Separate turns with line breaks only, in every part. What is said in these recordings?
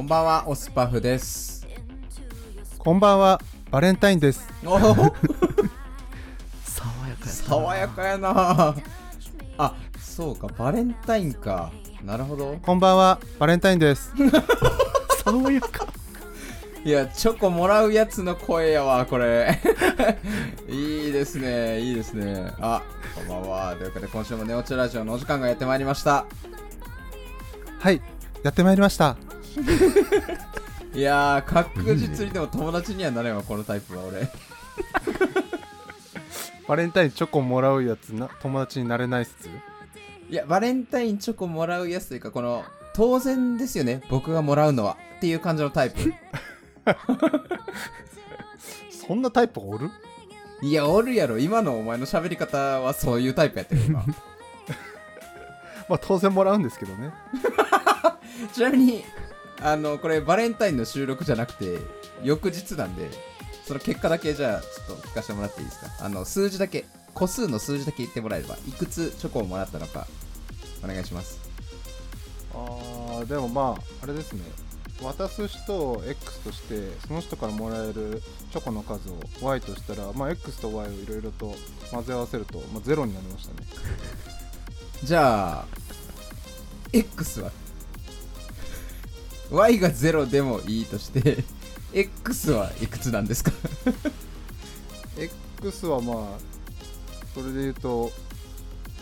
んばんは、オスパフ です。
こんばんは、バレンタインです。
おお、
爽やかやった
爽やかやな。あ、そうか、バレンタインか。なるほど。
こんばんは、バレンタインです。
爽やか
いや、チョコもらうやつの声やわ、これ。 いいですね、いいですね。あ、こんばんは。というわけで、今週もネオチラジオのお時間がやってまいりました。
はい、やってまいりました。
いやー、確実にでも友達にはなれんわ、このタイプは俺。
バレンタインチョコもらうやつな、友達になれない説
いや、バレンタインチョコもらうやつというか、この、当然ですよね、僕がもらうのは。っていう感じのタイプ。
そんなタイプおる
いや、おるやろ。今のお前の喋り方はそういうタイプやったよ、今。
まあ当然もらうんですけどね。
ちなみに、あの、これ、バレンタインの収録じゃなくて、翌日なんで、その結果だけ、じゃあ、ちょっと聞かせてもらっていいですか。あの、数字だけ、個数の数字だけ言ってもらえれば、いくつチョコをもらったのか、お願いします。
あー、でもまあ、あれですね。渡す人を X として、その人からもらえるチョコの数を Y としたら、まあ X と Y をいろいろと混ぜ合わせると、まあゼロになりましたね。
じゃあ、X は ?Y が0でもいいとして、X はいくつなんですか
X はまあそれで言うと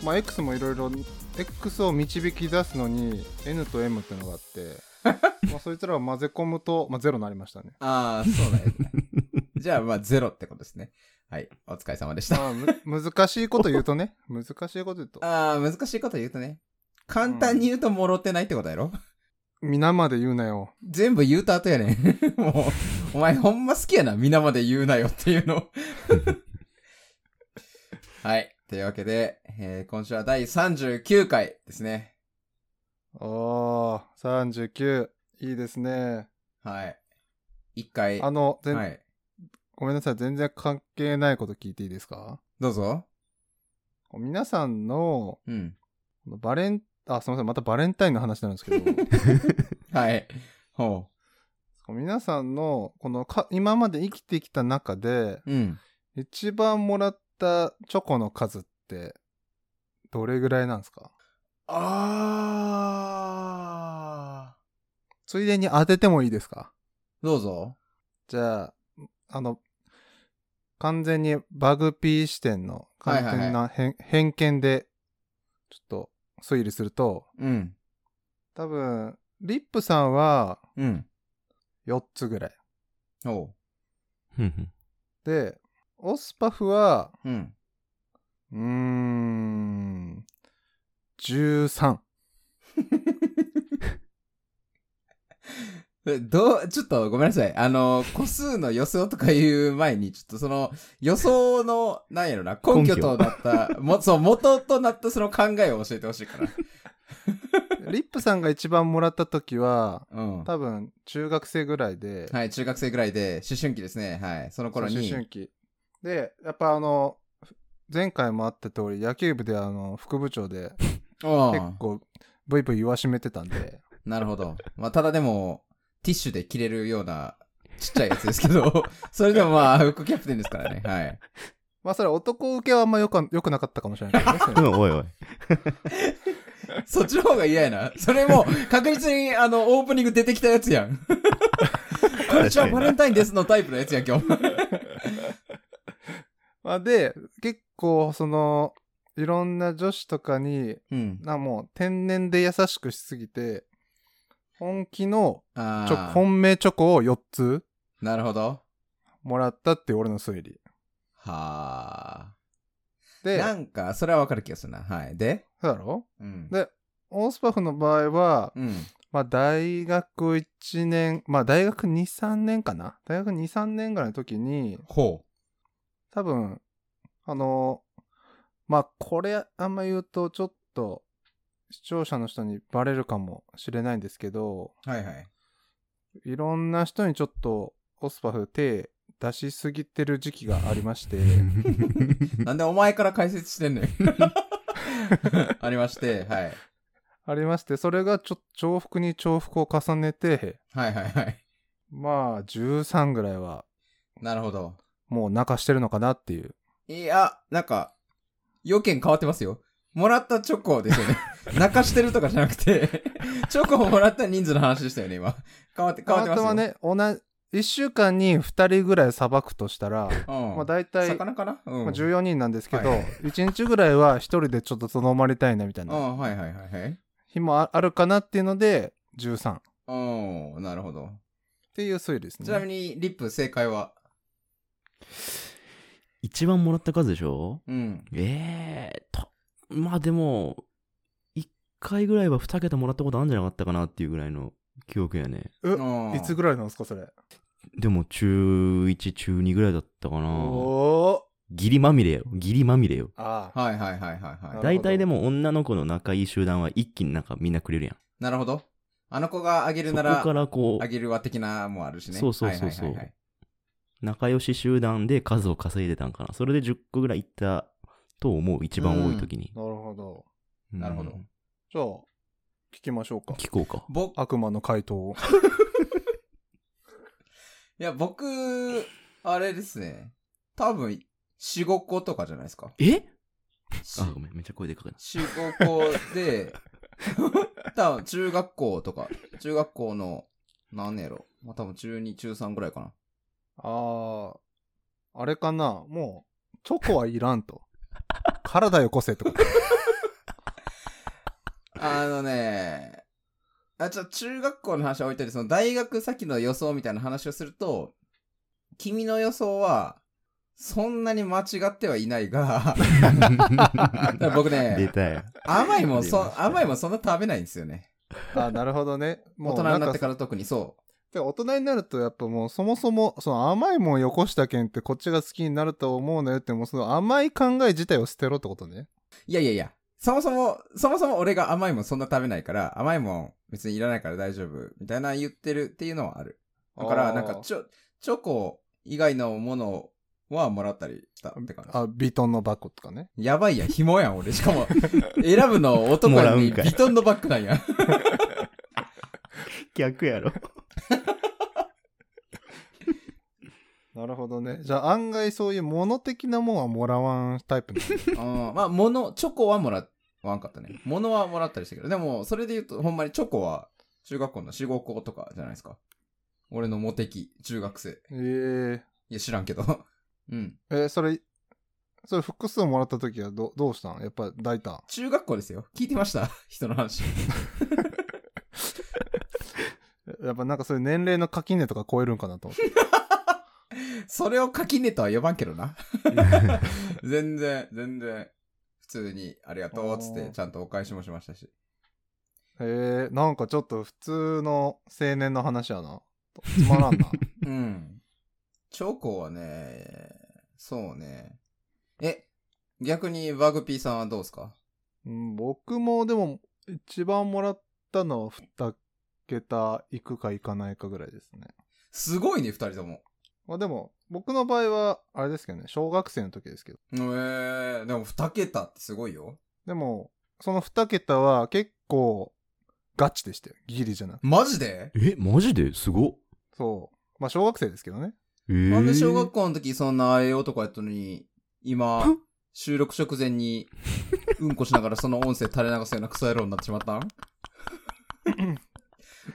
まあ X もいろいろ X を導き出すのに N と M ってのがあって まあそいつらを混ぜ込むと、まあ、ゼロになりましたね
ああ、そうなんや ね。じゃあ、まあ、0ってことですね。はい、お疲れ様でした。
まあむ 難しいこと言うとね難しいこと言うと
ああ、難しいこと言うとね。簡単に言うともろってないってことやろ、
皆まで言うなよ
全部言うた後やねん。 もう、お前ほんま好きやな。皆まで言うなよっていうの。 はい。というわけで、えー今週は第39回ですね。
おー39いいですね
はい。一回。
あの、全
はい。
ごめんなさい全然関係ないこと聞いていいですか
どうぞ。
皆さんの
うん。
バレンあすいませんまたバレンタインの話なんですけど
はい。ほ
皆さんのこのか今まで生きてきた中で
う。うん。
一番もらったチョコの数ってどれぐらいなんですか
あ
ついでに当ててもいいですか
ー。どうぞ。
じゃああの完全にバグピー視点の完全な偏,、偏見でちょっと推理すると
うん。
多分リップさんは
うん。
4つぐらい
ほ
でオスパフは
う。うん。
うーん13
えどう、ちょっとごめんなさい。あの、個数の予想とか言う前に、ちょっとその、予想の、なんやろな、根拠となった、も、そう、元となったその考えを教えてほしいから。
リップさんが一番もらった時は、
うん。
多分中学生ぐらいで、
はい、中学生ぐらいで、思春期ですね。はい。その頃
そう
に。
思春期。で、やっぱあの、前回もあった通り、野球部であの、副部長で、結
うん。
構、ブイブイ言わしめてたんで、
なるほど。まあ、ただでも、ティッシュで切れるような、ちっちゃいやつですけど、それでもまあ、副キャプテンですからね。はい。
まあそれ男受けはあんまよく、よくなかったかもしれないけどねそれ
うんおいおい
そっちの方が嫌やな。それも、確実に、あの、オープニング出てきたやつやん。こんにちは、
確かに
バレンタインですのタイプのやつやん、今日。
まあで、結構、その、いろんな女子とかに、
うん。
な、もう、天然で優しくしすぎて、本気の
あ
チョコ、
あ。
本命チョコを4つ
なるほど。
もらったっていう俺の推理。
はあ。
で、
なんか、それはわかる気がするな。はい。で
そうだろ
うん。
でオースパフの場合は、
うん。
まあ大学1年、まあ大学2、3年かな大学2、3年ぐらいの時に、
ほ
多分、あの、まあこれあんま言うとちょっと視聴者の人にバレるかもしれないんですけど、
う。はいはい。
いろんな人にちょっとオスパフ手出しすぎてる時期がありまして、
なんでお前から解説してんねん。ありまして、はい。
ありましてそれがちょ重複に重複を重ねて
はいはいはい。
まあ13ぐらいは
なるほど。
もう泣かしてるのかなっていう
いや、なんか、要件変わってますよ。もらったチョコですよね。泣かしてるとかじゃなくて、チョコをもらった人数の話でしたよね、今。変わって、変わって
あ
ます
と
よ。
はね同じ1週間に2人ぐらいさばくとしたら、
うん。
まあ、大体、ま
魚かなうん。
あ、14人なんですけど、
はいはい
1日ぐらいは1人でちょっととどまりたいなみたいな
うん、はいはいはいはい。
日もああるかなっていうので13っ
うん、なるほど。
ていう推理ですね
ちなみに、リップ正解は
一番もらった数でしょ
うん。
ええと、まあでも、一回ぐらいは二桁もらったことあるんじゃなかったかなっていうぐらいの記憶やね。
え
うん
いつぐらいなんですかそれ
でも、中1、中2ぐらいだったかな。
お
ギリまみれよ。ギリまみれよ。
ーああ
はいはいはいはいはい。
なるほど
大体でも女の子の仲いい集団は一気になんかみんなくれるやん。
なるほど。あの子があげる
そ
な
こ
ら、
からこ
あげるわ的なもあるしね。
そうそうそうそう
はいはいはい
う、仲良し集団で数を稼いでたんかな。それで10個ぐらいいったと思う、一番多い時に。
なるほど
んなるほど
うん
じゃあ聞きましょうか
聞こうか。
僕、
悪魔の回答 を
いや、僕、あれですね。多分、4、5個とかじゃないですか。
えあ、ごめん、めっちゃ声でかくな
4、5個で、 多分、中学校とか、中学校の、なんやろ。まあ、多分、中2、中3ぐらいかな。
あああれかなもうチョコはいらんと体よこせとか
あのね、あ、ちょ、中学校の話は置いといて、その大学先の予想みたいな話をすると、君の予想は、そんなに間違ってはいない が、だから僕
出
ね、
たよ。
甘いもん
出まし
そ、
た
甘いもんそんな食べないんですよね。
あなるほどね
大
もう
人になってからら特にそ
大人になるとやっぱもうそもそもその甘いもんよこしたけんってこっちが好きになると思うのよってもうその甘い考え自体を捨てろってことね
う。いやいやいや、そもそも、そもそも俺が甘いもんそんな食べないから、甘いもん別にいらないから大丈夫、みたいな言ってるっていうのはある。だから、なんかチョ、チョコ以外のものはもらったりしたって感じ。
あビトンのバッグとかね
やばいやん、紐やん、俺。しかも、選ぶの男やのに、
もらうんかい
ビトンのバッグなんや。
逆やろ。
なるほどねじゃあ案外そういう物的なもんはもらわんタイプ なんだ
うん、 まあ、物、チョコはもらわんかったね。物はもらったりしたけど、でも、それで言うと、ほんまにチョコは、中学校の4、5校とかじゃないですか。俺のモテ期、中学生。
えー、
いや、知らんけど。 うん。
えーそれそれ複数もらった時はどどうしたんやっぱ大胆
中学校ですよ。聞いてました 人の話。
やっぱなんかそういう年齢の垣根とか超えるんかな と思って。
それを垣根とは呼ばんけどな。全然、全然。普通に、ありがとう、つって、ちゃんとお返しもしましたし。
へえー、なんかちょっと普通の青年の話やな。つまらんな。
うん。チョコはね、そうね。え、逆にバグピーさんはどうですか
うん、僕もでも一番もらったのは2桁いくかいかないかぐらいですね。
すごいね、二人とも。
まあでも僕の場合はあれですけどね、小学生の時ですけど。
えー、でも二桁ってすごいよ。
でもその2桁は結構ガチでしたよ。ギリじゃなくて。
マジで
え、マジですごっ。
そう。まあ小学生ですけどね。
えー
なんで小学校の時そんなあえ男やったのに、今、収録直前に、うんこしながらその音声垂れ流すようなクソ野郎になってしまった ん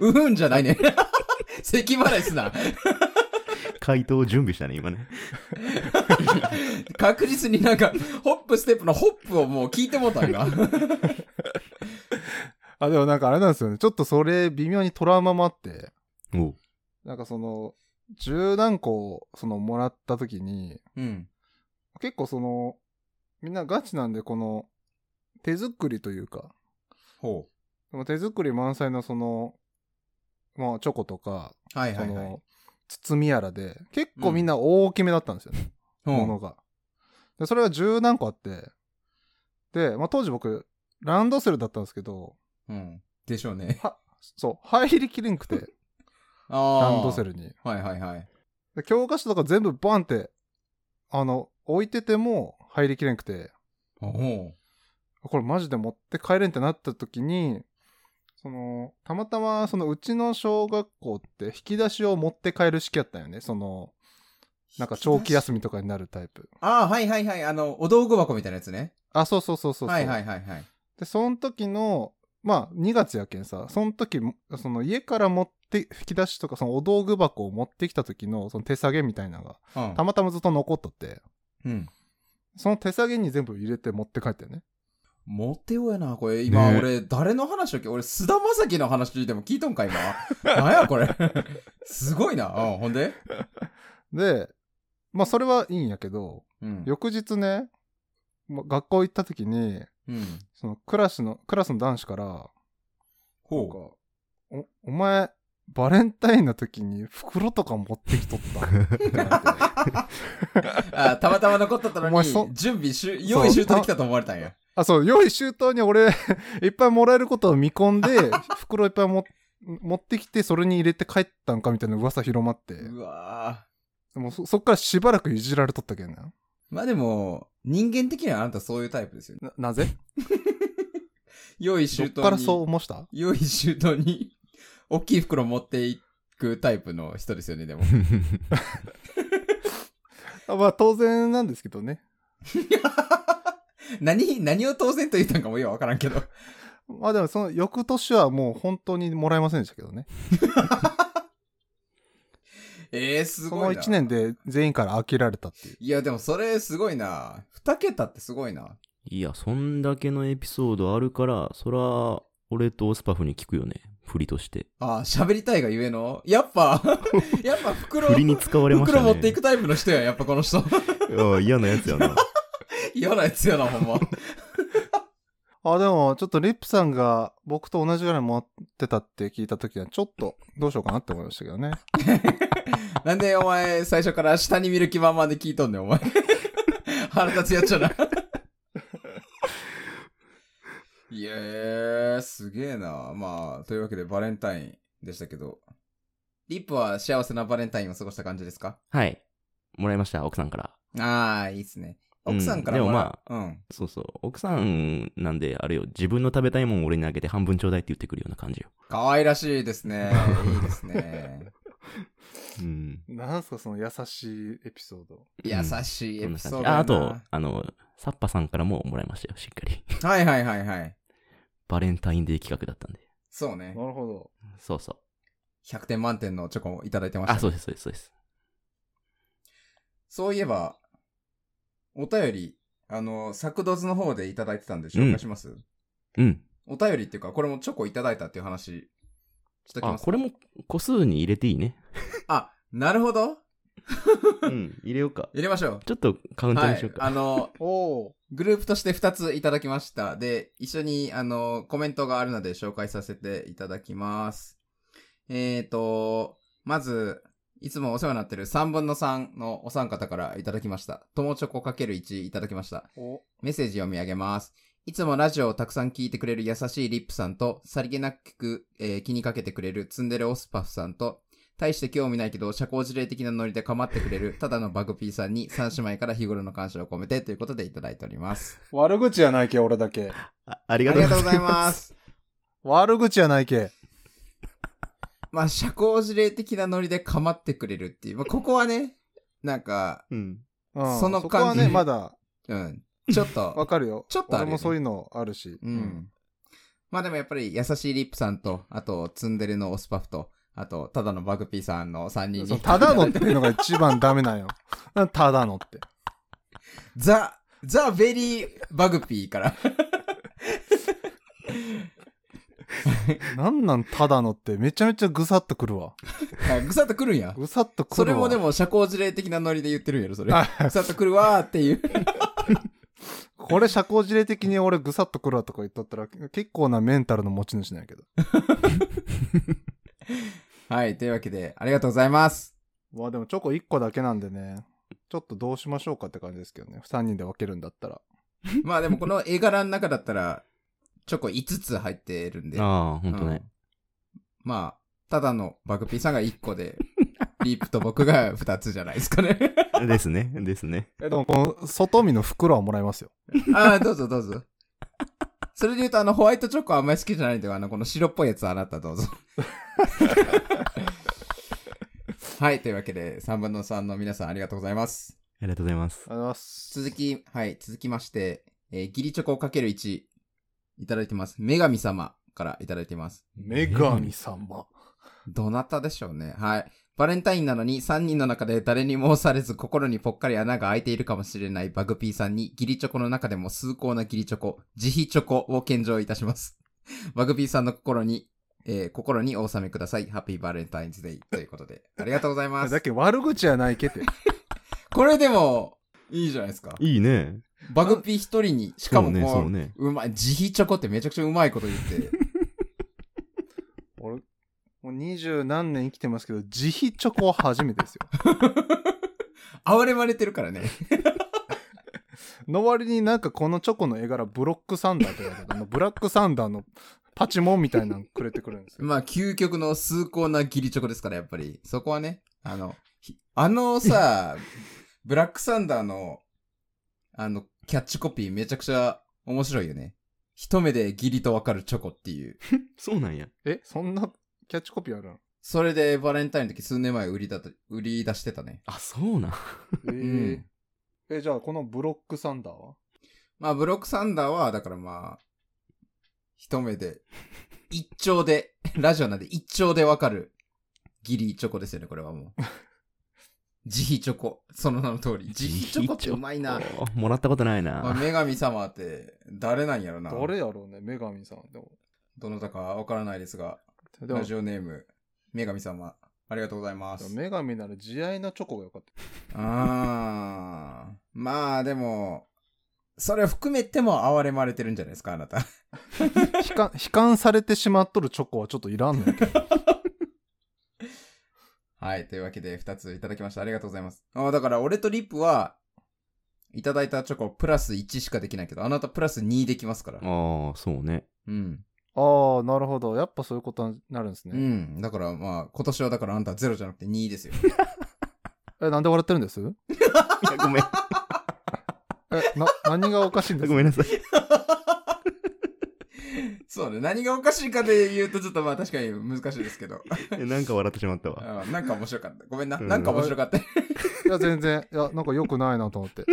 うんじゃないね。 咳払いすな。
回答を準備したね、今ね。
確実になんか、ホップステップのホップをもう聞いてもうたんが。
あ、でもなんかあれなんですよね。ちょっとそれ微妙にトラウマもあって。
おう
なんかその、十何個、その、もらった時に、
うん。
結構その、みんなガチなんで、この、手作りというか、
ほ
でも手作り満載のその、まあ、チョコとか、
う。はい
そ
はいはい。
の、包みやらで、結構みんな大きめだったんですよね、もの
ほ
が。で、それが十何個あって、で、まあ当時僕、ランドセルだったんですけど、
う。うん。でしょう ね。
そう、入りきれんくて、
あ
ランドセ
ル。
ルに。
はいはいはい。
で教科書とか全部バンって、あの、置いてても入りきれんくて、
ほう。
これマジで持って帰れんってなった時に、その、たまたま、そのうちの小学校って引き出しを持って帰る式やったんよね。その、なんか長期休みとかになるタイプ。
ああ、はいはいはい。あの、お道具箱みたいなやつね。
あ、そうそうそうそうそう。
はいはいはいはい。
で、その時の、まあ、2月やけんさ、その時も、その家から持って、引き出しとか、そのお道具箱を持ってきた時の、その手下げみたいなのが、
うん
たまたまずっと残っとって、
うん。
その手下げに全部入れて持って帰ったよね。
モテようやな、これ。今、
ね
俺、誰の話を聞い俺、菅田将暉の話でも聞いとんか、今。 なんや、これ。すごいな。うん、ほんで
で、まあ、それはいいんやけど、
うん。
翌日ね、まあ学校行った時に、
うん。
そのクラスの、クラスの男子から、なんか
ほ
お、お前、バレンタインの時に袋とか持ってきとったって言わ れて。
う。あたまたま残っとったの
お前
に
そ、
準備しゅ、用意周到できたと思われたんや。
あ、そう、用意周到に俺、 いっぱいもらえることを見込 んで、袋いっぱいも持ってきて、それに入れて帰ったんかみたいな噂広まって、
うわ
もうそそっからしばらくいじられとったけんな。
ーまあでも、人間的にはあなたそういうタイプですよね。
な、なぜ
用意
ど
周
っ
到に。
からそう思した
用意周到に、大きい袋持っていくタイプの人ですよね、でも。
あまあ当然なんですけどね。
何、何を当然と言ったんかもようわからんけど。
まあでもその翌年はもう本当にもらえませんでしたけどね。
えー、す
そ
ご
の
いな。
1年で全員から飽きられたっていう。
いや、でもそれすごいな。二桁ってすごいな。
いや、そんだけのエピソードあるから、そら、俺とオスパフに聞くよね。振りとして。
ああ、喋りたいがゆえの。やっぱ、 やっぱ袋、
振りに使われました
袋
ね。
持っていくタイプの人や、やっぱこの人。
ああ嫌なやつやな。
嫌なやつやな、ほんま。
あ、でもちょっとリップさんが僕と同じぐらい持ってたって聞いた時はちょっとどうしようかなって思いましたけどね。
なんでお前、最初から下に見る気満々で聞いとんねん、お前。 腹立つやっちゃな。いやー、すげえな。まあ、というわけでバレンタインでしたけど、リップは幸せなバレンタインを過ごした感じですか
はい。もらいました、奥さんから。
あー、いいっすね。奥さんから
うんでも
らう、うん。
そうそう。奥さんなんで、あれよ、自分の食べたいもんを俺にあげて半分ちょうだいって言ってくるような感じよ。
可愛らしいです ね。いいですね。
うん。
なんすかその優しいエピソード。
優しいエ
こん
ピ
な
ソー
感
ド
じ
やな。
あ、あと、あの、サッパさんからももらいましたよ、しっかり。
はいはいはいはい。
バレンタインデー企画だったんで。
そうね。
るほど。
そうそう。
100点満点のチョコもいただいてましたね、
あ、そうです、そうです、そうです。
そういえば、お便り、あの、作図の方でいただいてたんで紹介します、
うん。
お便りっていうか、これもチョコいただいたっていう話、しとき
あ、
ます。
これも個数に入れていいね。
あ、なるほど。
うん、入れようか。
入れましょ
ちょっとカウ
う。
ント
は
にしよ。
いう
か。
あの、
おお。
グループとして2ついただきました。で、一緒に、あの、コメントがあるので紹介させていただきます。えーと、まず、いつもお世話になってる3分の3のお三方からいただきました。友チョコ ×1 いただきました。
お
メッセージ読み上げます。いつもラジオをたくさん聞いてくれる優しいリップさんと、さりげなく、えー気にかけてくれるツンデレオスパフさんと、大して興味ないけど、社交辞令的なノリで構ってくれる、ただのバグピーさんに、三姉妹から日頃の感謝を込めて、ということでいただいております。
悪口やないけ、俺だけ。
ああり
あ
が
りが
とう
とう
ご
ご
ざ
ざい
いま。
ますす。
悪口やないけ。
まあ、社交辞令的なノリで構ってくれるっていう、まあ、ここはね、なんか、
うん。
うん、
その
こは
感
ね、
じ
まだ
うん、ちょっ
わ
と、
かるよ。
ちょっとあるよね
俺もそういうのあるし。
う。ん。まあでもやっぱり優しいリップさんと、あとツンデレのオスパフと、あとただのバグピーさんの3人
そ
に
う。ただのっていうのが一番ダメなんよ。 なんただのって。
ザ、ザ・ベリー・バグピーから。
なんなんただのってめちゃめちゃぐさっとくるわ。
あぐさっとくるんや。
ぐさっとくる
それ
わ。
もでも社交辞令的なノリで言ってるんやろ、それ。
あ。
ぐさっとくるわーっていう。
これ社交辞令的に俺ぐさっとくるわとか言っとったら結構なメンタルの持ち主なんやけど。
はい、というわけで、ありがとうございます。
まあでもチョコ1個だけなんでね。ちょっとどうしましょうかって感じですけどね。3人で分けるんだったら。
まあでもこの絵柄の中だったら、チョコ5つ入ってるんで。
ああ、ほんとね。
うんまあ、ただのバグピーさんが1個で、リップと僕が2つじゃないですかね。
ですね、ですね。
えでもこの外見の袋はもらいますよ。
ああ、どうぞどうぞ。それで言うと、あの、ホワイトチョコあんまり好きじゃないんで、あの、この白っぽいやつあなたどうぞ。はい、というわけで、3分の3の皆さんありがとうございます。
ありがとうございます。
ありがとうございます。
続き、はい、続きまして、えー、ギリチョコをかける1、いただいてます。女神様からいただいてます。
女神様。
どなたでしょうね。はい。バレンタインなのに3人の中で誰にも押されず心にぽっかり穴が開いているかもしれないバグピーさんにギリチョコの中でも崇高なギリチョコ、慈悲チョコを献上いたします。 バグピーさんの心に、えー心にお納めください。ハッピーバレンタインズデイということで。ありがとうございま
だっ
す。
け悪口やないけて。
これでも、いいじゃないですか。
いいね。
バグピー一人に、しかも
そうね、
こ
そう
う、
ね。
うまい、慈悲チョコってめちゃくちゃうまいこと言 って。
俺、もう二十何年生きてますけど、自費チョコは初めてですよ。
哀れまれてるからね。
の割になんかこのチョコの絵柄ブロックサンダーって書いてあるあのブラックサンダーのパチモンみたいなのくれてくるんですよ。
まあ、究極の崇高なギリチョコですから、やっぱり。そこはね、あの、ひあのさ、ブラックサンダーの、あの、キャッチコピーめちゃくちゃ面白いよね。一目でギリとわかるチョコっていう。
そうなんや。
え、そんなキャッチコピーあるの
それでバレンタインの時数年前売りだと、売り出してたね。
あ、そうなん。
え
うん
え、じゃあこのブロックサンダーは
まあ、ブロックサンダーは、だからまあ、一目で、一丁で、ラジオなんで一丁でわかる、ギリチョコですよね、これはもう。慈悲チョコ。その名の通り。慈悲チョコってうまいな。。
もらったことないな。
まあ、女神様って、誰なんやろな。
誰やろうね、女神さん。でも、
どなたかわからないですが、
でも
ラジオネーム、女神様、ありがとうございます。
女神なら慈愛のチョコがよかった。
あー。まあ、でも、それを含めても哀れまれてるんじゃないですか、あなた。
悲観、悲観されてしまっとるチョコはちょっといらんのやけど。
はい。というわけで、二ついただきました。ありがとうございます。ああ、だから、俺とリップは、いただいたチョコ、プラス1しかできないけど、あなたプラス2できますから。
ああ、そうね。
うん。
ああ、なるほど。やっぱそういうことになるんです
う
ね。
ん。だから、まあ、今年はだからあなたゼロじゃなくて2ですよ。
え、なんで笑ってるんです
いや ごめん。
え、な、 何がおかしいんです
ごめんな さい。
そうね。何がおかしいかで言うと、ちょっとまあ、確かに難しいですけど。
えなんか笑ってしまったわ。
あなんか面白かった。ごめんな。
うん
なんか面白かった。
いや、全然。いや、なんか良くないなと思って。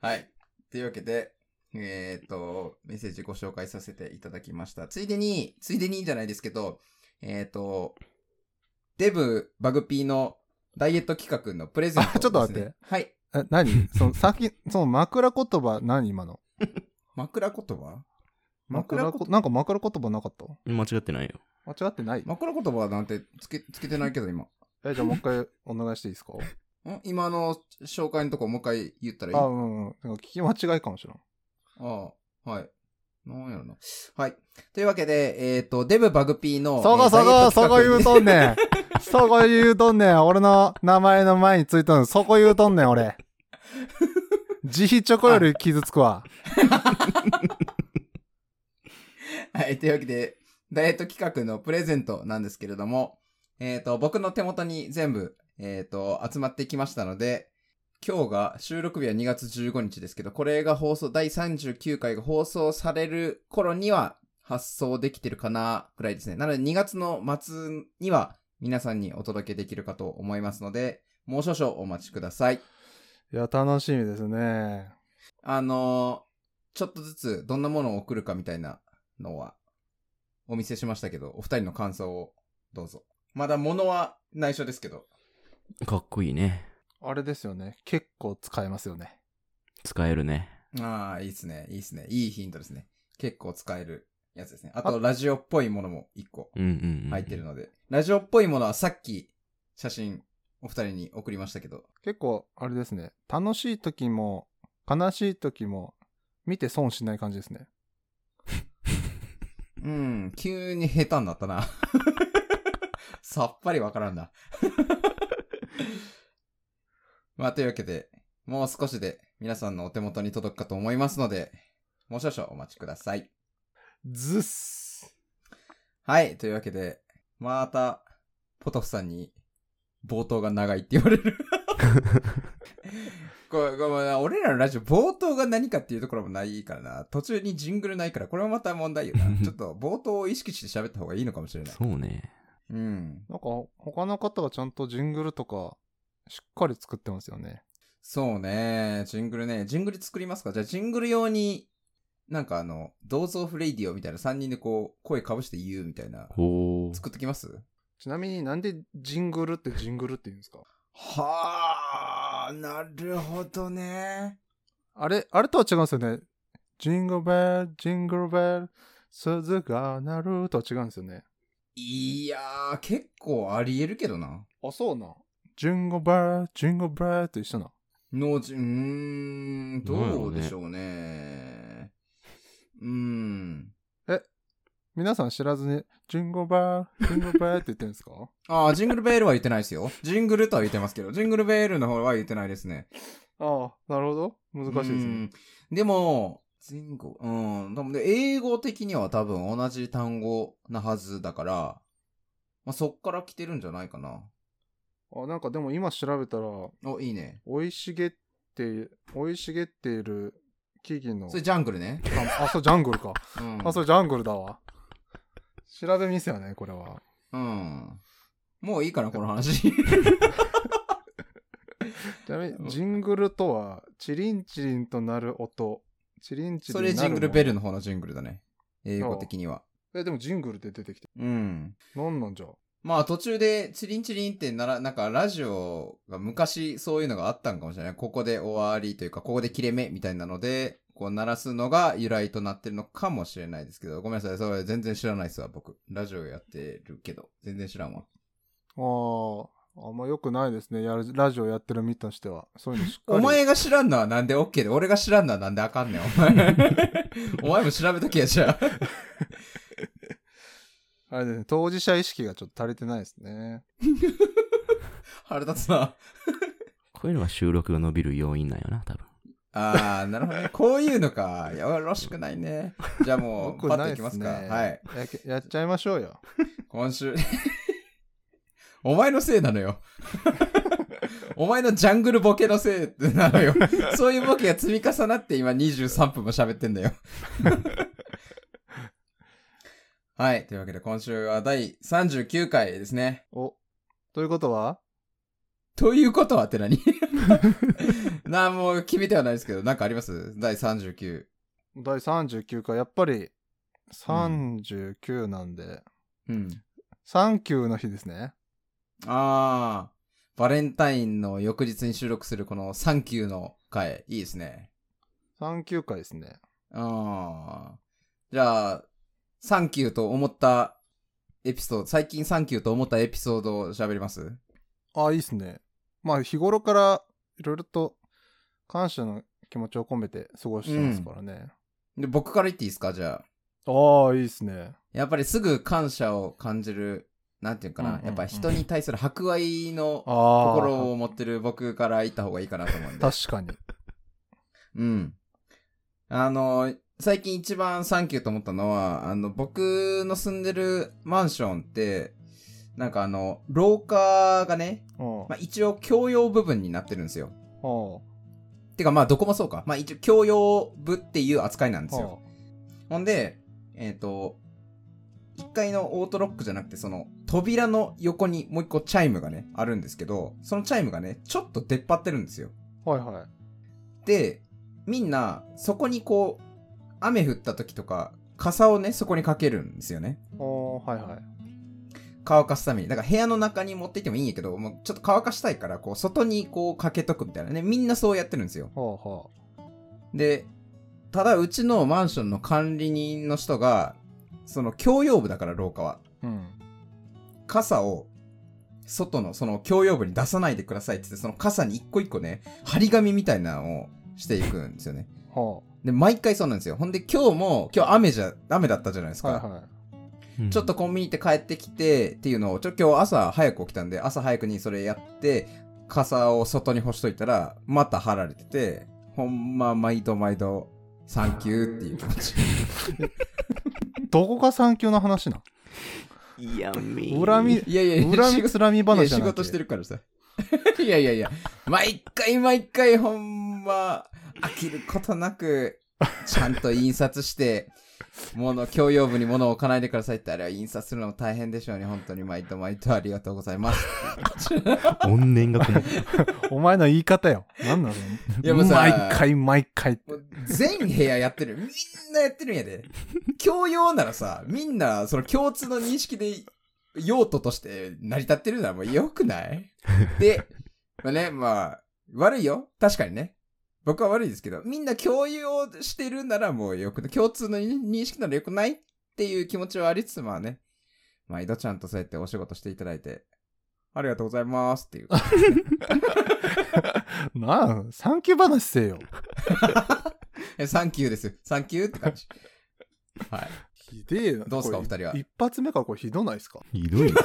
はい。というわけで、えっ、と、メッセージご紹介させていただきました。ついでに、ついでにじゃないですけど、えっ、と、デブバグピーのダイエット企画のプレゼント、
あちょっと待って。
はい。
え、何その、さっき、その枕言葉何今の。
枕言葉
枕言なんか枕言葉なかった
間違ってないよ。
間違ってない
枕言葉なんてつけ、つけてないけど今。
え、じゃあもう一回お願いしていいですか
ん今の紹介のとこもう一回言ったらいい
あ、うんうん。なんか聞き間違いかもしれん。
ああ、はい。なんやろな。はい。というわけで、えっ、と、デブバグピーの。
そ
え
こ
ー
そ
ダイエッ
こ、
ト企画
そこ言うとんねん。そこ言うとんねん。俺の名前の前についとんそこ言うとんねん、俺。自費チョコより傷つくわ。
はい、と いうわけで、ダイエット企画のプレゼントなんですけれども、えっ、と、僕の手元に全部、えっ、と、集まってきましたので、今日が収録日は2月15日ですけど、これが放送、第39回が放送される頃には発送できてるかな、くらいですね。なので2月の末には皆さんにお届けできるかと思いますので、もう少々お待ちください。
いや、楽しみですね。
あのーちょっとずつどんなものを送るかみたいなのはお見せしましたけど、お二人の感想をどうぞ。まだ物は内緒ですけど。
かっこいいね。
あれですよね。結構使えますよね。
使えるね。
ああ、いいっすね。いいっすね。いいヒントですね。結構使えるやつですね。あと、ラジオっぽいものも一個
うんうん、うん。
入ってる。ので。ラジオっぽいものはさっき写真お二人に送りましたけど。
結構、あれですね。楽しい時も、悲しい時も、見て損しない感じですね。
うん、急に下手になったな。 さっぱりわからんな。 まあ、というわけで、もう少しで皆さんのお手元に届くかと思いますので、もう少々お待ちください。
ずっす。
はい、というわけで、また、ポトフさんに、冒頭が長いって言われる。 これごめん俺らのラジオ冒頭が何かっていうところもないからな途中にジングルないからこれもまた問題よなちょっと冒頭を意識して喋った方がいいのかもしれない
そうね。
うん
なんか他の方がちゃんとジングルとかしっかり作ってますよね。
そうねジングルねジングル作りますかじゃあジングル用になんかあの銅像フレイディオみたいな3人でこう声かぶして言うみたいな
ほう。
作ってきます
ちなみになんでジングルってジングルって言うんですか
はあなるほどね
あれ、あれとは違うんですよね。ジングルベル、ジングルベル、鈴が鳴るとは違うんですよね。
いやー結構ありえるけどな
あ、そうな。ジングルベル、ジングルベルと一緒な。
のじ、うーん、どうでしょうね。うーん。
皆さん知らずに、ジングルベル、ジングルベルって言ってるんですか
ああ、ジングルベールは言ってないですよ。ジングルとは言ってますけど、ジングルベールの方は言ってないですね。
ああ、なるほど。難しいです
う
ね。
ん。でも、前後、うん、でもね英語的には多分同じ単語なはずだから、まあ、そっから来てるんじゃないかな。
あ、なんかでも今調べたら、
お、いいね。
生い茂って、生い茂っている木々の
それ。ジャングルね。
あ、あそう、ジャングルか。
うん。
あ、そう、ジャングルだわ。調べミスよね、これは。
うん。もういいかな、この話。
ちなみに、ジングルとは、チリンチリンとなる音。チリンチリ
そ
ンなる
れ
もの
ジングルベールの方のジングルだね。英語的には。
え、でもジングルで出てきて。
うん。
なんなんじゃ。
まあ途中でチリンチリンってなら、なんかラジオが昔そういうのがあったんかもしれない。ここで終わりというか、ここで切れ目みたいなので、こう鳴らすのが由来となってるのかもしれないですけど、ごめんなさい。それ全然知らないですわ、僕。ラジオやってるけど、全然知らんわ。
あー、あんま良くないですね。やるラジオやってる身としては。そういうのしっか り。
お前が知らんのはなんで OK で、俺が知らんのはなんであかんねん、お 前。お前も調べとけや、じゃあ。
あれですね、当事者意識がちょっと足りてないですね。
腹立つな。
こういうのが収録が伸びる要因なんよな、多分。
あー、なるほどね。こういうのか。よろしくないね。じゃあも
良
う、
く
パッ
な
と
い
いき
で
ますす
ね。
か。はい。
やけ。やっちゃいましょうよ。
今週 お前のせいなのよお前のジャングルボケのせいってなのよそういうボケが積み重なって今23分も喋ってんだよはいというわけで今週は第39回ですね
お、ということは
ということはって何なんも決めてはないですけどなんかあります第39
第39回、やっぱり39なんで、
うん
サンキューの日ですね。
あーバレンタインの翌日に収録するこのサンキューの回いいですね
サンキュー回ですね。
ああ。じゃあ、サンキューと思ったエピソード、最近サンキューと思ったエピソードを喋ります
あ、いいですね。まあ、日頃からいろいろと感謝の気持ちを込めて過ごしてますからね。
で僕から言っていいですかじゃあ。
ああ、いいですね。
やっぱりすぐ感謝を感じる、なんていうかな、
うんうんうん
やっぱ人に対する博愛の
ああ。
心を持ってる僕から言った方がいいかなと思うんで。
確か に。
うん。あの、最近一番サンキューと思ったのは、あの、僕の住んでるマンションって、なんかあの、廊下がね、
うん。
まあ、一応共用部分になってるんですよ。
うん
てかまあどこもそうか。まあ一応共用部っていう扱いなんですよ。ほんで、えっ、と、1階のオートロックじゃなくてその扉の横にもう一個チャイムがね、あるんですけど、そのチャイムがね、ちょっと出っ張ってるんですよ。
はいはい。
で、みんなそこにこう、雨降った時とか、傘をね、そこにかけるんですよね。
おーはいはい。
乾かすために。だから部屋の中に持っていってもいいんやけど、もうちょっと乾かしたいから、こう、外にこうかけとくみたいなね。みんなそうやってるんですよ。
はあは
で、ただうちのマンションの管理人の人が、その共用部だから廊下は、
あ。うん。
傘を外のその共用部に出さないでくださいって言って、その傘に一個一個ね、張り紙みたいなのをしていくんですよね。
は
で、毎回そうなんですよ。ほんで今日も、今日雨じゃ、雨だったじゃないです
あ。
か。
はいはい。
うん
ちょっとコンビニ行って帰ってきてっていうのを、ちょ、今日朝早く起きたんで、朝早くにそれやって、傘を外に干しといたら、また張られてて、ほんま、毎度毎度、サンキューっていう気持ち。
どこが産休の話な。
いや、み
恨み、
いやいやいや、仕
恨み
事
つらみ
いや
話じ
仕
ゃなく
事してるからさ。いやいやいや、毎回毎回ほんま飽きることなく、ちゃんと印刷して、もの、教養部に物を置かないでくださいって、あれは印刷するのも大変でしょうね。本当に毎度毎度ありがとうございます。
怨念がこもっ
お前の言い方よ。なんなの
いやもうさ
毎回毎回って
も。う全部屋やってる。みんなやってるんやで。教養ならさ、みんな、その共通の認識で、用途として成り立ってるならもう良くないで、まあね、まあ、悪いよ。確かにね。僕は悪いですけど、みんな共有をしてるならもう良くない。共通の認識なら良くないっていう気持ちはありつつ、まあね、毎度ちゃんとそうやってお仕事していただいて、ありがとうございますっていう。
なあ、サンキュー話せよ。
えサンキューですよ。サンキューって感じ。はい。
ひでえな。
どうすか
これ
お二人は
一発目からこれひどないですか
ひ どいな。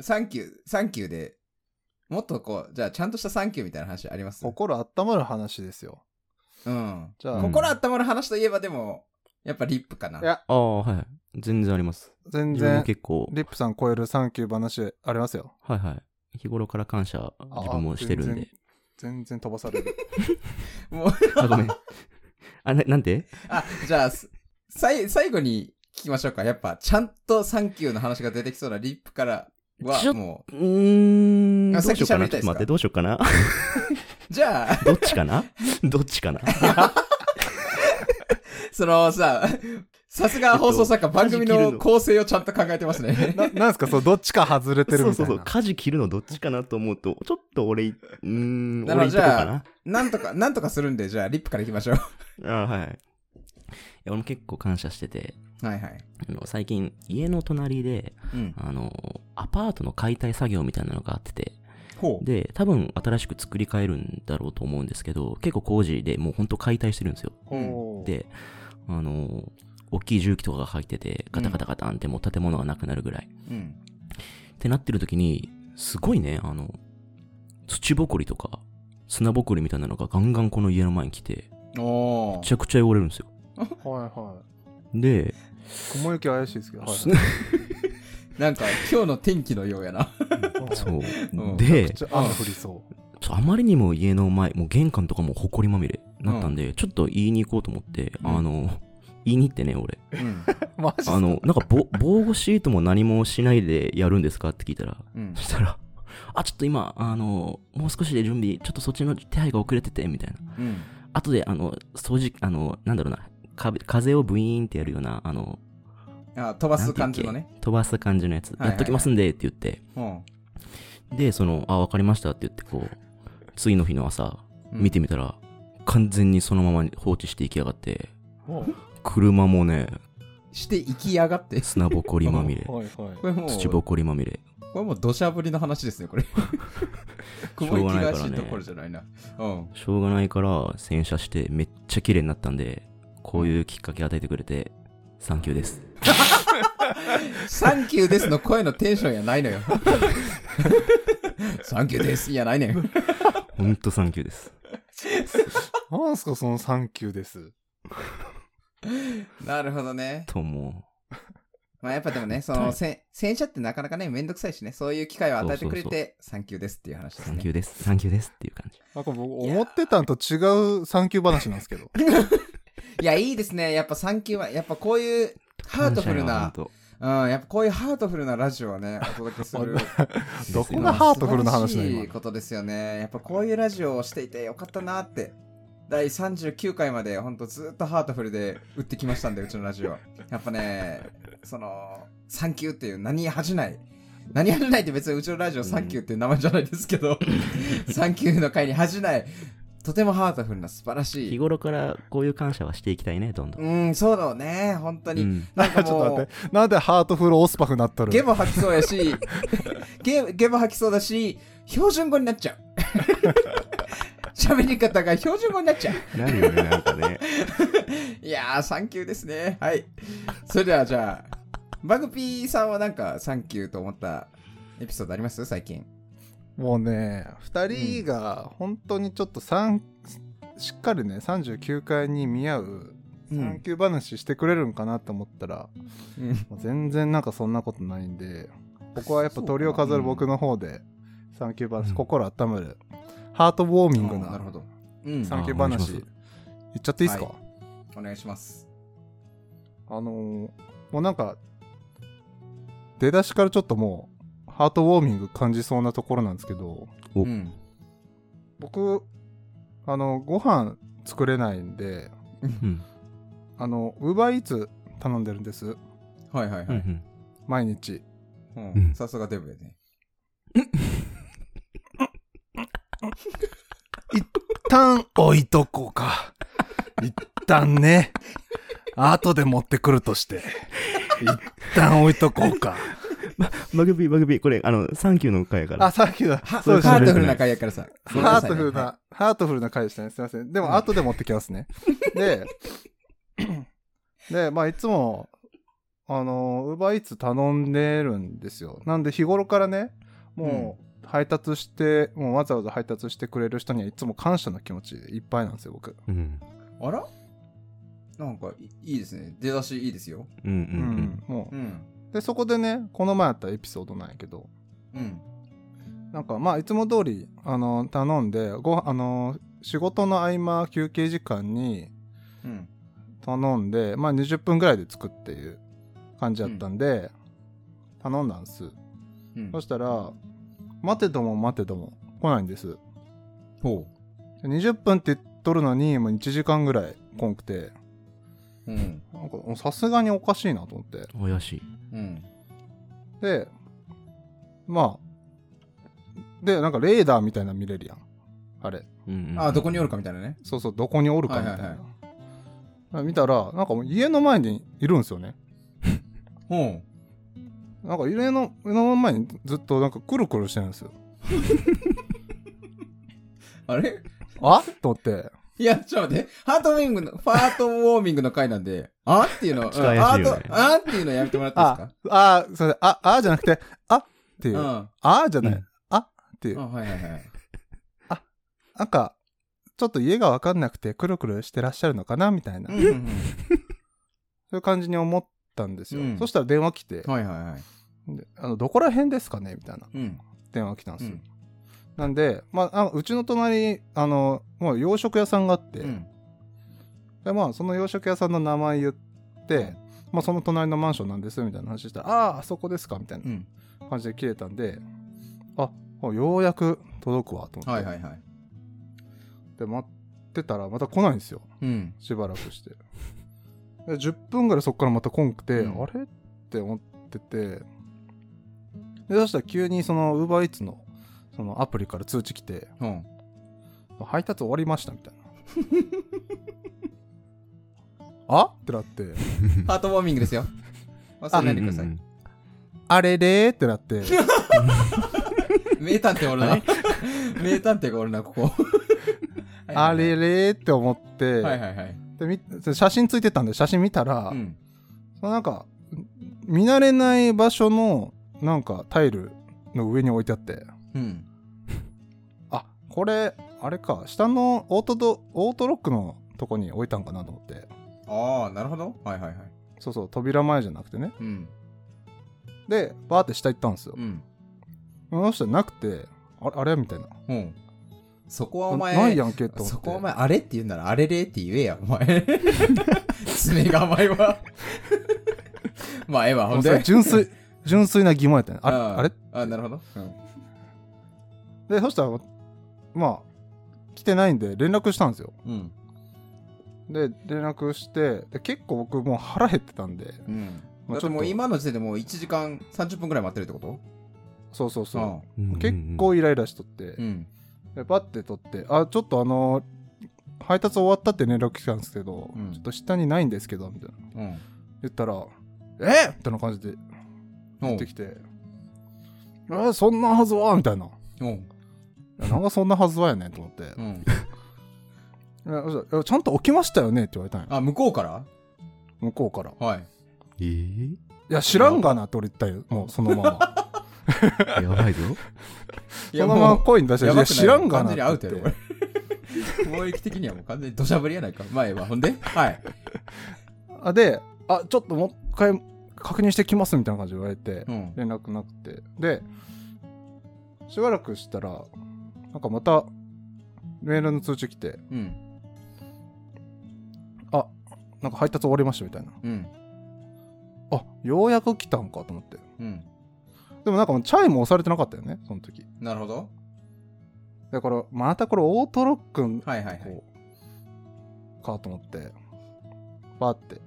サンキュー、サンキューで、もっとこう、じゃあちゃんとしたサンキューみたいな話あります
心温まる話ですよ。
うん。
じゃあ、
うん
心温まる話といえばでも、やっぱリップかな。
いや
ああ、はい。全然あります。
全
自分も
然、
結構、
リップさん超えるサンキュー話ありますよ。
はいはい。日頃から感謝、自分もしてるんで。
全然飛ばされる。
もう
あ、ごめん。あ、ななんて
あ、じゃあ、すさい最後に聞きましょうか。やっぱ、ちゃんとサンキューの話が出てきそうなリップから
ちょ
は、
っ
も
うーん。ど
あ
うしようか
先喋
な。
り
ち
た
ょ
い
っ
ですか
と待って、どうしようかな。
う、じゃあ、
どっちかなどっちかな
そのさ、さすが放送作家、番組
弾き切る
の
の
構成をちゃんと考えてます ね。
な、なんすかそう、どっちか外れてる
そう
み
そ
た
う
い
そ
な。
う。舵切るのどっちかなと思うと、ちょっと俺、うーん、
なるほ
俺い
ど
っとこうか
なんとか、なんとかするんで、じゃあ、リップからいきましょう。
な。あはい。いや俺も結構感謝してて、
はいはい。
あの最近、家の隣で、
うん。
あの、アパートの解体作業みたいなのがあってて、
ほう。
で、多分新しく作り変えるんだろうと思うんですけど、結構工事でもうほんと解体してるんですよ。
ほう、
で、あの、大きい重機とかが入ってて、ガタガタガタンってもう建物がなくなるぐらい。
うん。
ってなってる時に、すごいね、あの、土ぼこりとか、砂ぼこりみたいなのがガンガンこの家の前に来て、
お
め
ー
ちゃくちゃ汚れるんですよ。
はいは
で、
い。雲行き怪しいですけど、はいはい
す
なんか、今日の天気のようやな。
そう
うん。
めっ
で、
ちゃ雨降りそう。
ちょあまりにも家の前、もう玄関とかも埃まみれなったんで、ちょっと言いに行こうと思って、
うん
あの、 言いに行ってね、 俺。
うん。
マジっすか
あの、なんかぼ防護シートも何もしないでやるんですかって聞いたら、
うん
そ。したら、あ、ちょっと今、あの、もう少しで準備、ちょっとそっちの手配が遅れてて、みたいな。
うん。
あとで、あの、掃除、あの、なんだろうな、壁風をブイーンってやるような、あの、
あ、飛ばす感じの
なん
ね
て。いうっけ飛ばす感じのやつ、
はいはい
やっときますんでって言って、
うん。
で、その、あ、わかりましたって言って、こう、次の日の朝、
うん
見てみたら、完全にそのまま放置していきやがって、
は
車もね、
して行きやが って。
砂ぼこりまみれ
い、はい
こ。れもう、
土ぼこりまみれ、
これもう土砂降りの話ですね、 これ。雲行きが怪しいところじゃないな。うん。
しょうがないから洗車してめっちゃ綺麗になったんでこういうきっかけ与えてくれてサンキューです
サンキューですの声のテンションやないのよ。 サンキューですやないねん。
ほんとサンキューです
なんすかそのサンキューです。
なるほどね。
とも
まあやっぱでもね、その、せん洗車ってなかなかね、めんどくさいしね、そういう機会を与えてくれ
そうそ
て、サンキューですっていう話
う
です
サンキュ
ね。
ーですサンキューですっていう感じ
なんか僕思ってたんと違うサンキュー話なんですけど。
いや、いいですね。やっぱサンキューは、やっぱこういう、ハートフルな
感謝よほんと
うん、やっぱこういうハートフルなラジオをね、お届けする。
ど こがハートフルな話
素
だ
晴らしい
今。
ことですよね。やっぱこういうラジオをしていてよかったなって。第39回までほんとずっとハートフルで打ってきましたんで、うちのラジオ。やっぱね、その、サンキューっていう何恥じない。何恥じないって別にうちのラジオサンキューっていう名前じゃないですけ ど、サンキューの回に恥じない。とてもハートフルな素晴らし
日
い。
頃からこういう感謝はしていきたいねどんどん、
うん、そうだろうね。本当に。
うん
なんか
ちょっと
も
待
う
っ、て。なんでハートフルオスパフなっとる
ゲボ吐きそうやし、ゲゲボ吐きそうだし、標準語になっちゃう。喋り方が標準語になっちゃう。
なるよねなんかね
いやー、サンキューですね。はい。それではじゃあ、バグピーさんはなんかサンキューと思ったエピソードあります最近。
もうね、二人が本当にちょっとサンしっかりね、39回に見合う
う
サ
ん
ンキュー話してくれるんかなと思ったら、
うん。
もう全然なんかそんなことないんで、ここはやっぱ鳥を飾る僕の方で、サンキュー話、
うん
心温まるハートウォーミング
あな
な
るほど。うん。
産休
あお願い
話
し
言
ま
っちゃっていいですか、
はいお願いします。
あのーもうなんか出だしからちょっともうハートウォーミング感じそうなところなんですけど
う
お
ん。
僕あのご飯作れないんで
うん。
あのウーバーイーツ頼んでるんです
はいはいはい。
毎日
うん
うん
さすがデブやね。
一旦置いとこうか。一旦ね。後で持ってくるとして。一旦置いとこうか。
マグビー、マグビー、これ、あの、サンキューの回やから。
あ、さっきだ。
ハ
そうです
ハートフルな会やからさ。
ハートフ
は
ルな、ハートフルな回でしたね。すいません。でも、後で持ってきますね。で、 で、まあ、いつも、あの、ウーバーイーツ頼んでるんですよ。なんで、日頃からね、もう、配達して、もうわざわざ配達してくれる人にはいつも感謝の気持ちでいっぱいなんですよ、僕。
うん。
いあらなんかいいいですね。出だしいいですよ。
うんうん
う
うん。
ん。も
うん。
う。で、そこでね、この前あったエピソードなんやけど、
うん。
なんかまあいつも通りあの頼んでごあの仕事の合間休憩時間に
うん。
頼んでまあ20分ぐらいで着くっていう感じだったんで、頼んだんです、
うん
そしたら待てども待てども来ないんです
ほ
20分って言っとるのにもう1時間ぐらい来んくて
う。うん。
なんかさすがにおかしいなと思って
怪しい。
うん。
でまあでなんかレーダーみたいなの見れるやんあれ
うんうん
あ、どこにおるかみたいなね。
そうそう、どこにおるかみたいな。
はいはい
見たら、なんかもう家の前にいるんですよね。
ほ
なんか家の家の前にずっとなんかくるくるしてるんですよ。
う。あれ
あと思って。
いや、ちょっと待って。ハートウィングの、ハートウォーミングの回なんで、あっていうの、うん
ちょっと怪しいよね
あと、あっていうのやめてもらっていいです
あ
か、
あ、それ、あ、あじゃなくて、あっていう。
うん
あじゃない。
うん
あっていう。
あはいはいはい。
なんか、ちょっと家がわかんなくてくるくるしてらっしゃるのかなみたいな。
う
そ
ん
う
うん
いう感じに思ったんですよ。
うん
そしたら電話来て
うん、はいはいはい。
であの、どこら辺ですかねみたいな
うん。
電話来たんで
う
すよ。
ん。
なんで、まあ、あうちの隣に、あの、もう洋食屋さんがあって、
うん。
でまあその洋食屋さんの名前言って、
うん
まあ、その隣のマンションなんですみたいな話したら「あああそこですか」みたい
うん。
な感じで切れたんで、ああようやく届くわと思って、
はいはいはい。
で待ってたらまた来ないんですよ
うん。
しばらくして で10分ぐらいそっからまた来んくて、
うん
あれって思っててでそしたら急にその UberEats のそのアプリから通知来て
うん。
「配達終わりました」みたいなあってな って
ハートウォーミングですよ。忘れないでください。
あれれーって なって、
名探偵おるな。 名探偵がおるな、ここ。
あれれーって思って、
はいはいはい。
でみ写真ついてたんで写真見たら、
うん。
そのなんか、見慣れない場所の、なんかタイルの上に置いてあって、
うん。
あ、これ、あれか、下のオートド、オートロックのとこに置いたんかなと思って、
ああ、なるほど。はいはいはい。
そうそう、扉前じゃなくてね。
うん。
で、バーって下行ったんですよ
う。ん。
そしたらなくて、あれあれみたいな。
うん。そこはお
あ
前、
ないやんけと思って。
そこお前、あれって言うなら、あれれって言えや、お前。 爪が甘いわ。 まあ、ええわ、ほん
それ
で。
純粋、 純粋な疑問やったね。あれ、
うん
あれ
あ、なるほど。うん
で、そしたら、まあ、来てないんで連絡したんですよ。
うん。
で、連絡して、で結構僕もう腹減ってたんで、
うん。
ま
だっ
あ、ち
て
ょっ
も
と
う、今の時点でもう1時間30分くらい待ってるってこと。
そうそうそうう。結構イライラしとって、
うん。
でパッて取って、あ、ちょっとあの配達終わったって連絡来たんですけど、
うん
ちょっと下にないんですけど、みたいな。
うん。
言ったら、えみたいな感じで
うん
言ってきて、え、そんなはずはみたいな。い
うん。
やなんかそんなはずはやねんと思って。
うん。
えそしたらえちゃんと置きましたよねって言われたんや。
あ、向こうから
向こうから。
はい。
えー
いや、知らんがなって俺言ったよ。もうそのまま。
やばいぞ。
い
そのまま声に出して、
や
いや
ばくない
知らんが
完全に
な
ア
っ
ウ
て
ト
言
や
って
ろ、これ。貿易的に はもう完全に土砂降りやないか。まあええわ、ほんではい。
あで、あ、ちょっともう一回確認してきますみたいな感じで言われて
う、ん。
連絡なくて。で、しばらくしたら、なんかまたメールの通知来て
うん
あなんか配達終わりましたみたいな
うん
あようやく来たんかと思って
うん
でもなんかチャイム押されてなかったよねその時
なるほど
だからまたこれオートロックン
はいはいはい
こうかと思ってバーって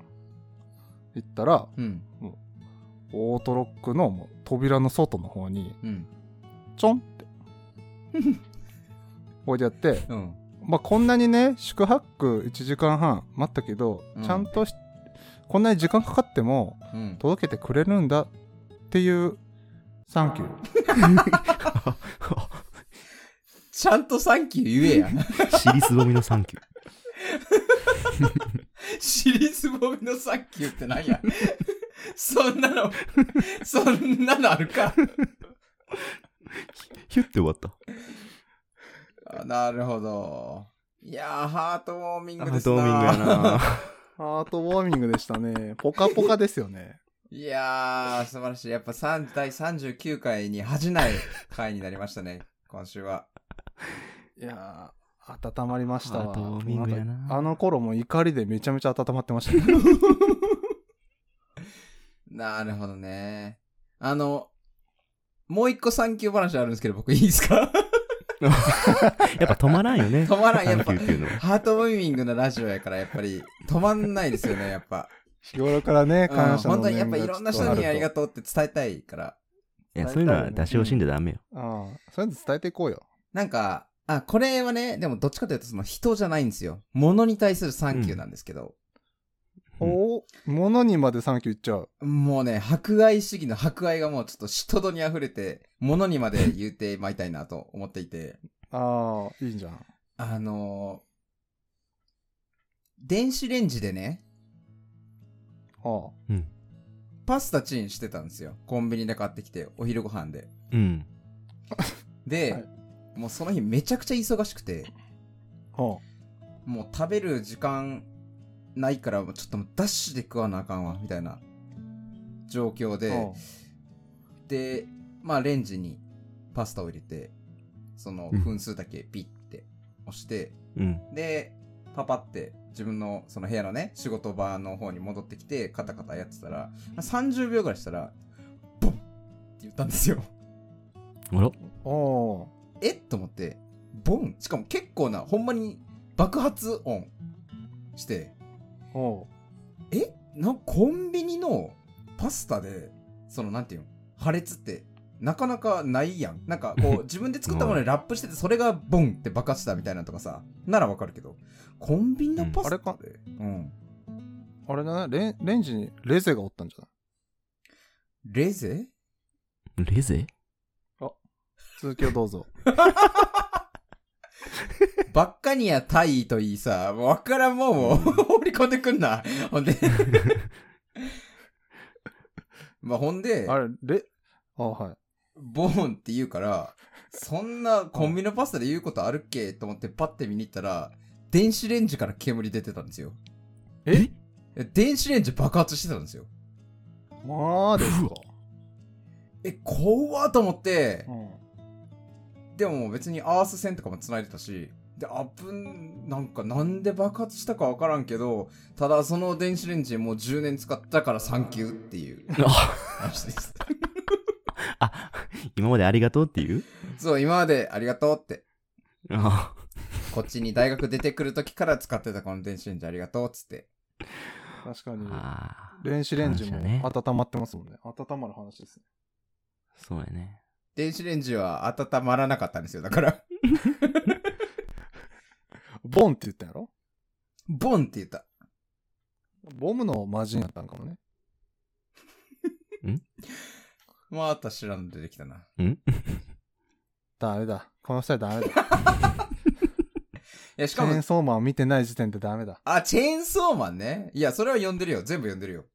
行ったら
うん
オートロックのもう扉の外の方に
うん
ちょんって置いてあって
うん
まあこんなにね宿泊1時間半待ったけど、
うん
ちゃんとしこんなに時間かかっても
うん
届けてくれるんだっていうサンキュー
ちゃんとサンキュー言えや
尻すぼみのサンキュー。
尻すぼみのサンキューってなんや そんな のそんなのあるか
ヒュッて終わった。
あなるほどいやーハートウォーミング
ハ
で
ー
す
トウォーミングやな。
ハートウォーミングでしたねポカポカですよね
いやー、素晴らしい。やっぱ3第39回に恥じ ない回になりましたね、今週は。
いやー温まりましたわ
ハートウォーミングやな
なんかあの頃も怒りでめちゃめちゃ温まってました ね
なるほどね。あの、もう一個産休話あるんですけど、僕いいですか
やっぱ止まらんよね。
止まらん
サ
や
ン
っ
キ
ぱ
ューっていうのは。
ハートウォーミングのラジオやから、やっぱり止まんないですよね、やっぱ。
日頃からね
うん
感謝の
本当にやっ
念
ぱ
が
い
ちょ
ろ
っ
ん
と
な人にありが
と
とうって伝えたいから。
いや、そういうのは出し惜しんじゃダメよ。
うああそういうの伝えていこうよ
なんか、あ、これはね、でもどっちかというとその人じゃないんですよ。物に対する産休なんですけど。
うん
お物にまでサンキュー言っちゃう
もうね、博愛主義の博愛がもうちょっと人とに溢れて、物にまで言うてまいりたいなと思っていて、
ああいいじゃん
あのー電子レンジでね、
あ
うん。
パスタチンしてたんですよ。コンビニで買ってきて、お昼ご飯で。
うん。
で、
はい
もうその日めちゃくちゃ忙しくて、
あは
もう食べる時間ないから、もうちょっともうダッシュで食わなあかんわ、みたいな状況
あ
で、で、まあ、レンジにパスタを入れて、その
うん
分数だけピッて押して、
うん。
で、パパって自分のその部屋のね、仕事場の方に戻ってきて、カタカタやってたら、30秒ぐらいしたら、ボンって言ったんですよ。
あ
あ
ら
あ
えっと思って、ボンしかも結構な、ほんまに爆発音して、
おう
えなコンビニのパスタでそのなんていうの破裂ってなかなかないやんなんかこう自分で作ったものにラップしててそれがボンって爆発したみたいなのとかさならわかるけどコンビニのパスタで、うん
あれだねレンレンジにレゼがおったんじゃない
レゼ
レゼ
続きをどう ぞ
ばっかにやタイといいさもうわからんもんを放り込んでくんなほんでまあほんで
あれレあはい
ボーンって言うから、そんなコンビニのパスタで言うことあるっけと思ってパッて見に行ったら、電子レンジから煙出てたんですよ。
え
え電子レンジ爆発してたんですよ。
まあですか
え、怖っと思って
う、ん
でももう別にアース線とかも繋いでたし、で、あぶん、なんかなんで爆発したかわからんけど、ただその電子レンジもう10年使ったからサンキューっていう
あ、
話です。
あ今までありがとうっていう
そう、今までありがとうって。
あ
こっちに大学出てくる時から使ってたこの電子レンジありがとうっつって。
確かに
あー。
電子レンジも
感謝ね
温まってますもんね温まる話ですね
そうやね。
電子レンジは温まらなかったんですよ。だから、
ボンって言ったんやろ
ボンって言った。
ボムの魔人やったんかもね
また知らんの出てきたな。
ダメだこの人は ダ
い
メだ
や、し
チ
か
ェーン
も、
ソーマンを見てない時点でダメだ
あ、チェーンソーマンね。いや、それは呼んでるよ。全部呼んでるよ。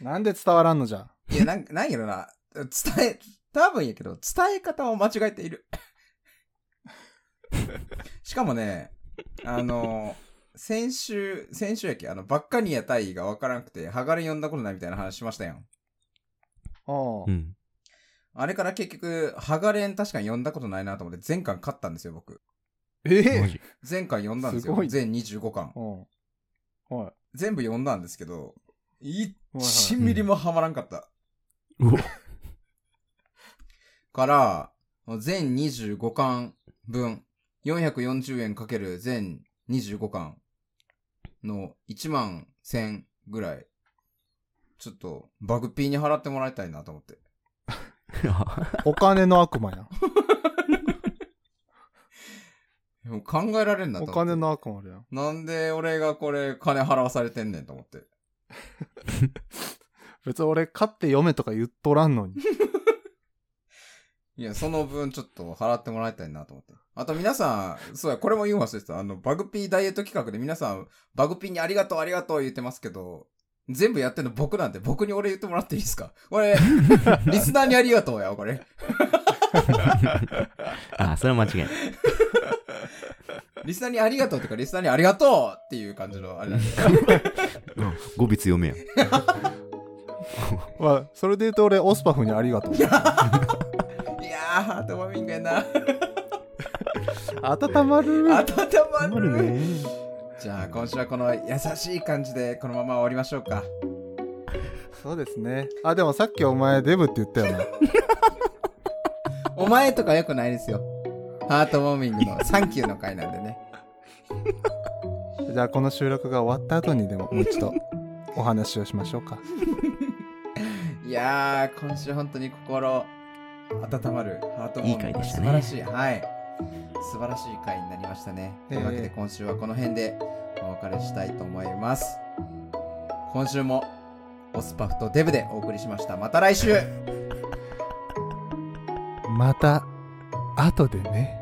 なんで伝わらんのじゃ
いや、なん、 なんやろな。伝え、多分やけど、伝え方を間違えている。 しかもね、あの、先週、先週やけ、あの、バッカニア大尉がわからなくて、ハガレン呼んだことないみたいな話しましたやん。
ああ
うん。
あれから結局、ハガレン確かに呼んだことないなと思って、全巻勝ったんですよ、僕。
マ
え
ジ
前回読んだんですよ
すごい
全25巻
うん。はい。
全部読んだんですけど
はい
1ミリもハマらんかった、
うお
から全25巻分440円かける全25巻の1万1000ぐらいちょっとバグピーに払ってもらいたいなと思って
お金の悪魔やん。
でも考えられんなと
お
思って
金の悪魔やん。
なんで俺がこれ金払わされてんねんと思って
別に俺、買って読めとか言っとらんのに。
いや、その分ちょっと払ってもらいたいなと思って。あと皆さん、そうや、これも言うの忘れてた。あの、バグピーダイエット企画で皆さん、バグピーにありがとうありがとう言ってますけど、全部やってんの僕なんで、僕に俺言ってもらっていいですか俺、リスナーにありがとうや、これ。
あ、それは間違いない。
リスナーにありがとうとか、リスナーにありがとうっていう感じの、あれなんで。
うん語尾強めや。
まあ、それで言うと俺、オスパフにありがとう。
いやー、ハートマミングやな。
温まる。
温ま
困る
る。
ね。
じゃあ、今週はこの優しい感じで、このまま終わりましょうか。
そうですね。あ、でもさっきお前、デブって言ったよな。
お前とかよくないですよ。ハートマミングのサンキューの回なんでね。
じゃあこの収録が終わった後にでももう一度お話をしましょうか。
いやー、今週本当に心温まるハートモード
いい回でしたね
素晴らしい、はい。素晴らしい回になりましたね。
え
というわけで今週はこの辺でお別れしたいと思います。今週もオスパフとデブでお送りしました。また来週
また後でね。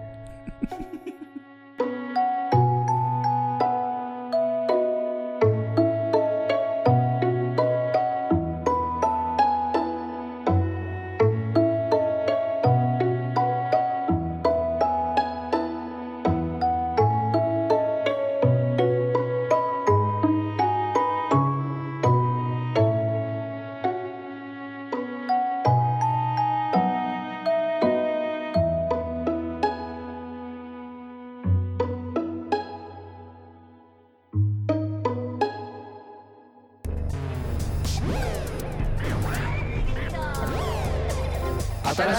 新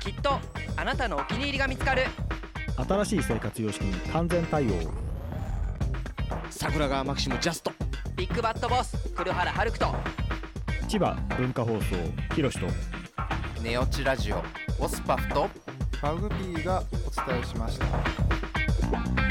きっとあなたのお気に入りが見つかる
新しい生活様式に完全対応
桜川マキシムジャスト
ビッグバットボス黒原遥人
千葉文化放送ひろしと
ネオチラジオオスパフと
バグピーがお伝えしました。